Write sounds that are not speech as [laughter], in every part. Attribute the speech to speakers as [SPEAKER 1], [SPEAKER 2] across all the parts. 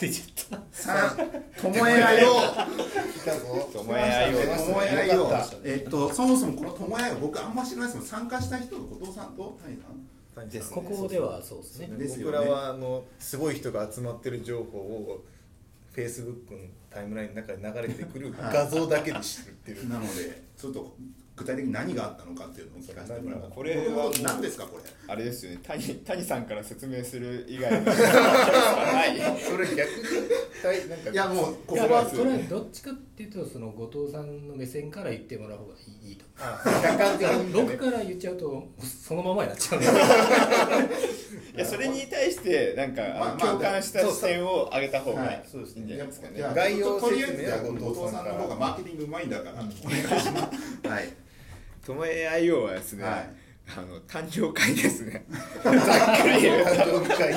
[SPEAKER 1] 出ちゃった
[SPEAKER 2] 三、ともえあいを、
[SPEAKER 3] 来たぞ
[SPEAKER 1] ともえあいを
[SPEAKER 2] ともえあい
[SPEAKER 3] よ
[SPEAKER 2] を
[SPEAKER 3] かった、
[SPEAKER 2] えっと、そもそもこのともえあいを僕あんま知らないですもん、参加した人の後藤さんと谷さ
[SPEAKER 3] です
[SPEAKER 1] ここではそうですね
[SPEAKER 2] んですよ
[SPEAKER 3] 僕
[SPEAKER 2] ね。
[SPEAKER 3] らはあのすごい人が集まってる情報をフェイスブックのタイムラインの中で流れてくる画像だけで知ってる
[SPEAKER 2] なので、ちょっと具体的に何があったのかっていうのを聞かせてもらう。
[SPEAKER 4] これはもう
[SPEAKER 2] 何ですか、これ。
[SPEAKER 4] あれですよね谷谷さんから説明する以外のはい
[SPEAKER 3] それ逆に対なんか
[SPEAKER 2] いや、もう、ここ
[SPEAKER 1] いやまあ
[SPEAKER 2] は。
[SPEAKER 1] とりあえずどっちかっていうとその後藤さんの目線から言ってもらう方がいいと
[SPEAKER 3] あ客観的に見て
[SPEAKER 1] 僕
[SPEAKER 3] ね
[SPEAKER 1] から言っちゃうとそのままになっちゃうんで
[SPEAKER 4] いやそれに対してなんか、
[SPEAKER 2] まあまあ
[SPEAKER 4] 共感した視点を上げた方がい
[SPEAKER 2] はい
[SPEAKER 4] いそうですねいいんじゃないですかね
[SPEAKER 2] いや
[SPEAKER 3] 概要
[SPEAKER 2] とりあえ
[SPEAKER 3] 説
[SPEAKER 2] ず
[SPEAKER 3] 明は
[SPEAKER 2] 後藤さんの方がマーケティングうまいんだから、お願いします。はい。
[SPEAKER 4] ともえ IO はですね、
[SPEAKER 2] はい
[SPEAKER 4] あの誕生会ですねざっくり言う
[SPEAKER 3] 誕生日会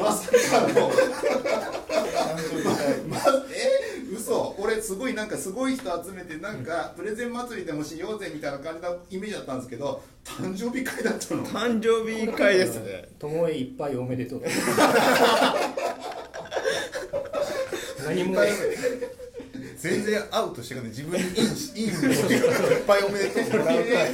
[SPEAKER 2] まさかの。
[SPEAKER 3] 誕生日会
[SPEAKER 2] ま、え嘘俺すごいなんかすごい人集めてなんかプレゼン祭りでもしようぜみたいな感じのイメージだったんですけど誕生日会だったの
[SPEAKER 4] 誕生日会ですね
[SPEAKER 1] ともえいっぱいおめでとう何もない
[SPEAKER 3] 全然アウトしてくない自分にいいいいものをいっぱいおめでとうもらう会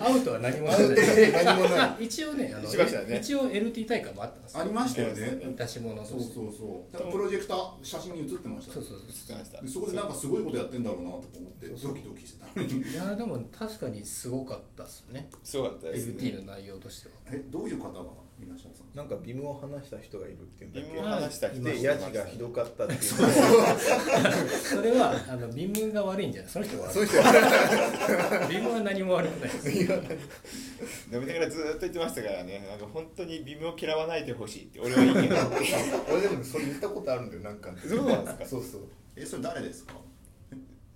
[SPEAKER 1] アウトは何もな
[SPEAKER 3] アウト
[SPEAKER 1] い
[SPEAKER 3] 何もない
[SPEAKER 1] 一応ねあの
[SPEAKER 4] しましたね
[SPEAKER 1] 一応 LT 大会もあったんです
[SPEAKER 2] あ
[SPEAKER 1] [laughs] よ
[SPEAKER 2] りましたよね
[SPEAKER 1] 出し物と
[SPEAKER 2] そう
[SPEAKER 1] して
[SPEAKER 2] そうそうだからプロジェクター写真に写ってました
[SPEAKER 1] そうそう
[SPEAKER 4] 聞きました
[SPEAKER 2] でそこでなんかすごいことやってんだろうなとか思ってドキドキしてたのに
[SPEAKER 1] いやでも確かにすごかったですよね
[SPEAKER 4] すごかったですね
[SPEAKER 1] LT の内容としては
[SPEAKER 2] えどういう方がいらっしゃるんですか
[SPEAKER 3] なんかビムを話した人がいるっていうんだっ
[SPEAKER 4] ビムを話した
[SPEAKER 3] け
[SPEAKER 4] 人
[SPEAKER 3] でヤジがひどかったっていう
[SPEAKER 1] それはあのビムが悪いんじゃないその人が
[SPEAKER 3] そ
[SPEAKER 1] 悪
[SPEAKER 3] ういう人が
[SPEAKER 1] いビムは何も悪くないです
[SPEAKER 4] 飲みながらずーっと言ってましたからねなんか本当にビムを嫌わないでほしいって俺は言いけないって
[SPEAKER 3] 俺でもそれ言ったことあるんだよなんか
[SPEAKER 4] そうなんですか
[SPEAKER 3] そうそう
[SPEAKER 2] えそれ誰ですか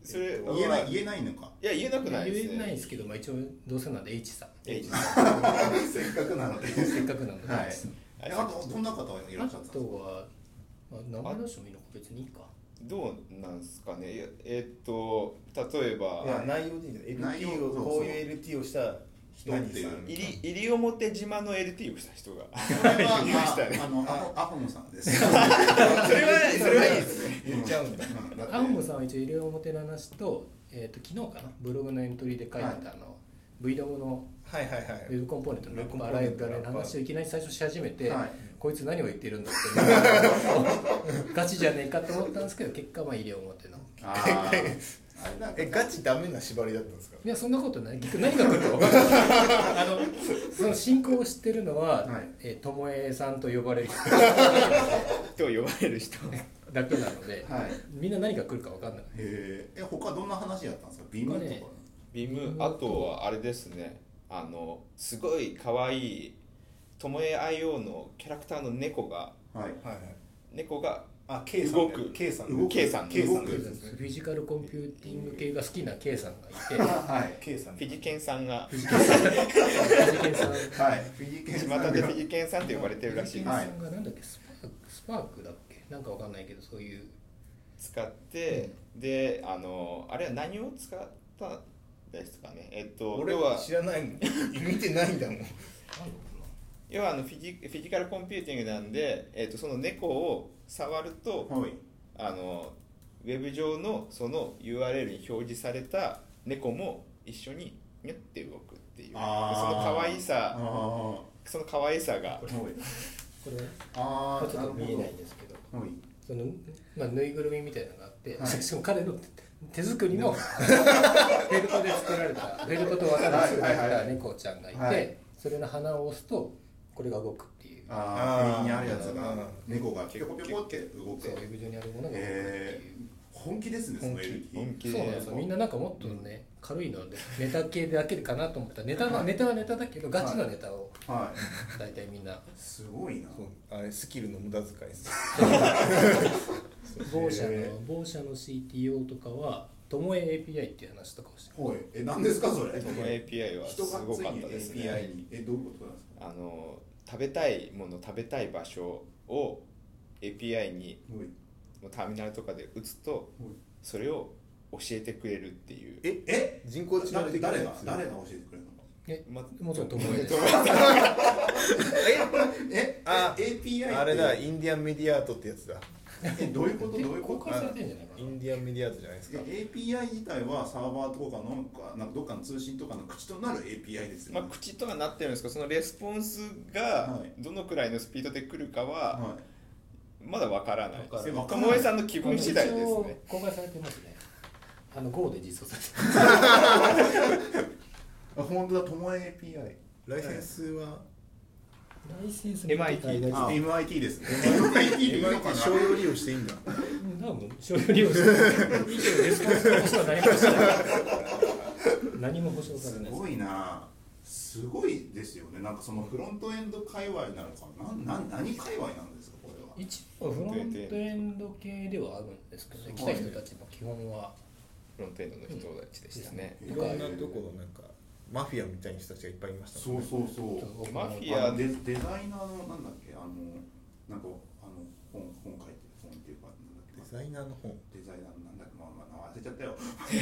[SPEAKER 4] それ
[SPEAKER 2] 言えない言えないのか
[SPEAKER 4] いや言えなくないですね
[SPEAKER 1] 言えないんですけど、まあ、一応どうせなんで H さん
[SPEAKER 4] いや言えない
[SPEAKER 2] せっかくなので
[SPEAKER 1] せっかくなので、
[SPEAKER 2] はい
[SPEAKER 1] H さん
[SPEAKER 2] えあとどんな方がいら
[SPEAKER 1] あ
[SPEAKER 2] っしゃったんですか
[SPEAKER 1] とは、まあ、名前出してもいいのか別にいいか
[SPEAKER 4] どうなんですかねいやえーっと例え
[SPEAKER 3] いや
[SPEAKER 4] ば
[SPEAKER 3] 内容でいいんだよ
[SPEAKER 2] 内容
[SPEAKER 3] LT を
[SPEAKER 2] そうそう
[SPEAKER 3] こういう LT をした人
[SPEAKER 2] 人っていう
[SPEAKER 4] 入り入表島の LT をした人 [laughs] が
[SPEAKER 2] これは、
[SPEAKER 4] いましたね
[SPEAKER 2] あ、あのアホアホモさんです
[SPEAKER 4] それはそれはいいですね
[SPEAKER 3] 言っちゃうんだ
[SPEAKER 1] アンモさんは一応医療おもてなしと,、えー、と昨日かなブログのエントリーで書いてたあの、V ドムの
[SPEAKER 3] はいはいは
[SPEAKER 1] ウェブコンポーネントのラ
[SPEAKER 3] ウェブコ
[SPEAKER 1] ッ
[SPEAKER 3] ンポ
[SPEAKER 1] パ
[SPEAKER 3] ー
[SPEAKER 1] ーラ
[SPEAKER 3] ネ
[SPEAKER 1] イ
[SPEAKER 3] ン
[SPEAKER 1] ブ
[SPEAKER 3] トの
[SPEAKER 1] ラリーの話をいきなり最初し始めて、
[SPEAKER 2] はい
[SPEAKER 1] こいつ何を言ってるんだって [laughs] ガチじゃねえかと思ったんですけど結果まあ医療表の
[SPEAKER 2] あーあれなんか
[SPEAKER 3] えガチダメな縛りだったんですか
[SPEAKER 1] いやそんなこと [laughs] ない逆に何が来るか分かんないあのその進行を知ってるのは
[SPEAKER 2] はい
[SPEAKER 1] えーともえさんと呼ばれる人
[SPEAKER 4] と呼ばれる人
[SPEAKER 1] だけなので、
[SPEAKER 2] はい
[SPEAKER 1] みんな何が来るか分かんない
[SPEAKER 2] へーえ他どんな話やったんですかビームとか、
[SPEAKER 1] 他ね
[SPEAKER 4] ビムあとはあれですねあのすごい可愛いともえ IO のキャラクターの猫が
[SPEAKER 2] はい
[SPEAKER 3] はいはい
[SPEAKER 4] 猫が
[SPEAKER 3] あ K さん
[SPEAKER 4] 動く
[SPEAKER 3] K さん
[SPEAKER 2] 動く
[SPEAKER 4] K さんの
[SPEAKER 3] K さん
[SPEAKER 2] 動
[SPEAKER 3] で
[SPEAKER 2] く
[SPEAKER 3] す
[SPEAKER 1] フ
[SPEAKER 3] ね
[SPEAKER 1] ィジカルコンピューティング系が好きな K さんがいて
[SPEAKER 2] はい、
[SPEAKER 3] K さん
[SPEAKER 4] フィジケンさんが
[SPEAKER 1] フィジケンさん
[SPEAKER 2] はい、フィジケンさんが
[SPEAKER 4] 巷でフィジケンさんって呼ばれてるらしい
[SPEAKER 1] フィジケン
[SPEAKER 4] で
[SPEAKER 1] さ
[SPEAKER 4] す、
[SPEAKER 1] んがなんだっけスパークスパークだっけなんか分かんないけどそういう
[SPEAKER 4] 使って、であのあれは何を使ったんですかねえっと
[SPEAKER 3] 俺
[SPEAKER 4] 要
[SPEAKER 3] は
[SPEAKER 4] は
[SPEAKER 3] 知らないもん見てないんだもん
[SPEAKER 4] 要はあのフィジフィジカルコンピューティングなんで、えっとその猫を触ると、
[SPEAKER 2] はい
[SPEAKER 4] あのウェブ上のその URL に表示された猫も一緒にニュッて動くっていうその
[SPEAKER 2] あー
[SPEAKER 4] 可愛
[SPEAKER 2] あ
[SPEAKER 4] さ
[SPEAKER 2] あ
[SPEAKER 4] その可愛さが
[SPEAKER 2] はい
[SPEAKER 1] これ
[SPEAKER 2] あ
[SPEAKER 1] まあ
[SPEAKER 2] ー
[SPEAKER 1] ちょっと見えないんですけど
[SPEAKER 2] はい
[SPEAKER 1] その、まあ、ぬいぐるみみたいなのがあって、
[SPEAKER 2] はい
[SPEAKER 1] しかも彼の手作りのフ [laughs] ェルトで作られたフェルトと綿で作ら
[SPEAKER 2] はい
[SPEAKER 1] れ
[SPEAKER 2] はい
[SPEAKER 1] た
[SPEAKER 2] はい
[SPEAKER 1] 猫ちゃんがいて、
[SPEAKER 2] はい
[SPEAKER 1] それの鼻を押すとこれが動くっていう
[SPEAKER 3] あー
[SPEAKER 2] あー手にあるやつ
[SPEAKER 3] う
[SPEAKER 2] が
[SPEAKER 3] ん
[SPEAKER 2] 猫がピョコピョコって動く
[SPEAKER 1] そうウェブ上にあるものが動くっていう、
[SPEAKER 2] えー、本気ですねその LT
[SPEAKER 4] 本気で
[SPEAKER 1] そうなんですよみんななんかもっとね、軽いのでネタ系だけかなと思ったらネタがネタはネタだけどガチのネタを
[SPEAKER 2] は
[SPEAKER 1] 大体みんない
[SPEAKER 2] すごいな
[SPEAKER 3] そうあれスキルの無駄遣いです
[SPEAKER 1] 某社の某社の CTO とかはともえ API っていう話とかをして
[SPEAKER 2] はいえ何ですかそれ
[SPEAKER 4] その API はす
[SPEAKER 2] 人が
[SPEAKER 4] ご
[SPEAKER 2] つい
[SPEAKER 4] かっ
[SPEAKER 2] に
[SPEAKER 4] たですね
[SPEAKER 2] API にえどういうことなんですか
[SPEAKER 4] あの食べたいもの食べたい場所を API に
[SPEAKER 2] はい
[SPEAKER 4] もうターミナルとかで打つとそれを教えてくれるっていう
[SPEAKER 2] ええ
[SPEAKER 3] 人工知能
[SPEAKER 2] 誰
[SPEAKER 3] 的
[SPEAKER 2] 誰
[SPEAKER 3] な
[SPEAKER 2] が
[SPEAKER 3] やつ
[SPEAKER 2] 誰が教えてくれるの
[SPEAKER 1] え、
[SPEAKER 4] ま
[SPEAKER 1] もちろん友えです。
[SPEAKER 2] [laughs] え
[SPEAKER 3] あ
[SPEAKER 2] API
[SPEAKER 3] あれだ
[SPEAKER 2] って
[SPEAKER 3] インディアンメディアートってやつだ
[SPEAKER 2] えどういうことどういうこ
[SPEAKER 1] 公
[SPEAKER 2] と
[SPEAKER 1] 開されてんじゃないか
[SPEAKER 3] イ
[SPEAKER 1] な。
[SPEAKER 3] ンディアンメディアートじゃないですか
[SPEAKER 2] え API 自体はサーバーとかのかなんかどっかの通信とかの口となる API ですよ
[SPEAKER 4] まあ、
[SPEAKER 2] ね、
[SPEAKER 4] 口とかなってるんですけどそのレスポンスが
[SPEAKER 2] はい
[SPEAKER 4] どのくらいのスピードで来るかは
[SPEAKER 2] はい
[SPEAKER 4] まだわからないですね
[SPEAKER 2] わからない
[SPEAKER 4] 友江さんの気分次第ですね
[SPEAKER 1] 公開されてますね。あの Go で実装されて
[SPEAKER 2] あ本当だともえ API
[SPEAKER 3] ライセンスは
[SPEAKER 1] ライセンス
[SPEAKER 4] MIT
[SPEAKER 2] あ
[SPEAKER 1] あ
[SPEAKER 2] MIT ですね MIT でいいのか
[SPEAKER 3] MIT
[SPEAKER 2] な
[SPEAKER 3] 商用利用していいんだ
[SPEAKER 1] 多分商用利用して以上レスポンスのことは何もしてない。何も保証され
[SPEAKER 2] す
[SPEAKER 1] ないです。
[SPEAKER 2] ごいなすごいですよねなんかそのフロントエンド界隈なのかななん何界隈なんですかこれは
[SPEAKER 1] 一応フロントエンド系ではあるんですけどね、来た人たちも基本は
[SPEAKER 4] フロントエンドの人たちでしたね、
[SPEAKER 2] うん
[SPEAKER 3] いろんなとこのなんかマフィアみたいな人たちがいっぱいいました
[SPEAKER 2] そ
[SPEAKER 3] もん
[SPEAKER 2] う
[SPEAKER 3] ね
[SPEAKER 2] そうそう
[SPEAKER 1] 僕
[SPEAKER 4] マフ
[SPEAKER 1] も
[SPEAKER 4] ィア
[SPEAKER 2] あのデデザイナーのなんだっけあのなんかあの本本書いて本っていうかなんだっけ
[SPEAKER 3] デザイナーの本
[SPEAKER 2] デザイナーのなんだっけまあまあ忘れちゃったよ
[SPEAKER 4] [laughs]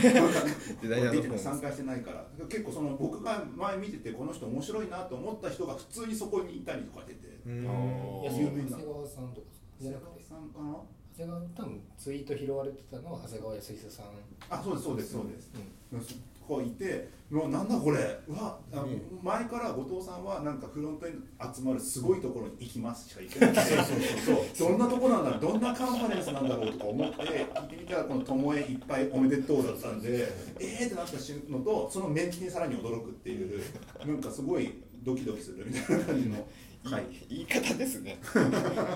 [SPEAKER 4] デザイナーの
[SPEAKER 2] 見
[SPEAKER 4] 本
[SPEAKER 2] て参加してないから結構その僕が前見ててこの人面白いなと思った人が普通にそこにいたりとか出て
[SPEAKER 3] う
[SPEAKER 4] あ
[SPEAKER 3] ん
[SPEAKER 4] の
[SPEAKER 1] いや
[SPEAKER 2] 有名
[SPEAKER 1] 長
[SPEAKER 2] な
[SPEAKER 1] 谷川さんとかじゃなくて
[SPEAKER 2] さんかな
[SPEAKER 1] 長谷川多分ツイート拾われてたのは長谷川康久さん、
[SPEAKER 2] あそうですそうですそうです、
[SPEAKER 1] うん
[SPEAKER 2] こういてもうなんだこれうわあの
[SPEAKER 3] ね
[SPEAKER 2] 前から後藤さんはなんかフロントに集まるすごいところに行きますしか言ってなくて [laughs] そうそうそうどんなとこなんだろうどんなカンファレンスなんだろうとか思って聞いてみたらこの「ともえいっぱいおめでとう」だったんでえーってなった瞬間のとそのメンツにさらに驚くっていうなんかすごいドキドキするみたいな感じの
[SPEAKER 4] い
[SPEAKER 2] [laughs] はい
[SPEAKER 4] 言い方ですね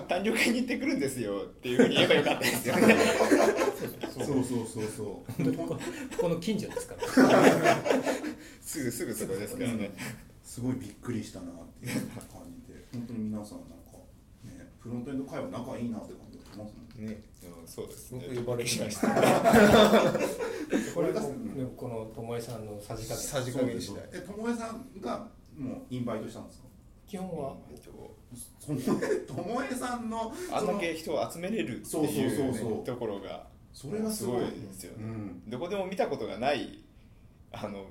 [SPEAKER 4] 単力会に行ってくるんですよっていうふうに言えばよかったですよね
[SPEAKER 2] そうそうそうそう
[SPEAKER 1] [laughs] こここの近所ですから
[SPEAKER 4] すぐすぐそこですからね
[SPEAKER 2] すごいびっくりしたなっていう感じで本当に皆さんなんかねフロントエンド会話仲いいなって感じがしますね
[SPEAKER 3] ね
[SPEAKER 4] うんそうですね
[SPEAKER 3] 僕呼ばれて
[SPEAKER 4] し
[SPEAKER 3] ま
[SPEAKER 4] まし
[SPEAKER 3] したた
[SPEAKER 1] これ
[SPEAKER 2] が
[SPEAKER 1] がこの巴さんのさじ加
[SPEAKER 3] さ
[SPEAKER 1] 減
[SPEAKER 3] じ込み次第
[SPEAKER 2] えともえさんがもうインバイトしたんですか
[SPEAKER 1] 基本は
[SPEAKER 2] ともえともえさんの
[SPEAKER 4] あん
[SPEAKER 2] そ
[SPEAKER 4] だ
[SPEAKER 2] の
[SPEAKER 4] け人を集めれるって
[SPEAKER 2] そう
[SPEAKER 4] い
[SPEAKER 2] そう
[SPEAKER 4] う,、
[SPEAKER 2] そうそう
[SPEAKER 4] ところが
[SPEAKER 2] それがすごい
[SPEAKER 4] ですよ
[SPEAKER 2] う
[SPEAKER 4] ね、
[SPEAKER 2] ん
[SPEAKER 4] どこでも見たことがないあの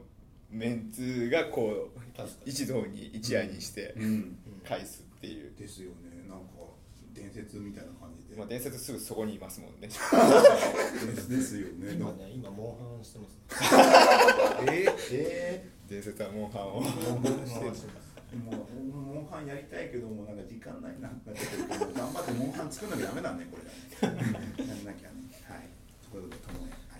[SPEAKER 4] メンツがこ
[SPEAKER 1] 確か
[SPEAKER 4] う一堂に一夜にして
[SPEAKER 2] うん
[SPEAKER 4] 返すっていう、
[SPEAKER 2] ですよねなんか伝説みたいな感じで、
[SPEAKER 4] まあ、伝説すぐそこにいますもんね
[SPEAKER 2] ですよね
[SPEAKER 1] 今ね今モンハンしてます
[SPEAKER 3] え
[SPEAKER 2] え
[SPEAKER 4] 伝説はモンハンを
[SPEAKER 2] ー、もう
[SPEAKER 1] して
[SPEAKER 2] もうモンハンやりたいけどもなんか時間ないなってなってくるけど頑張ってモンハン作んなきゃダメだねこれやんなきゃねはいということでともえ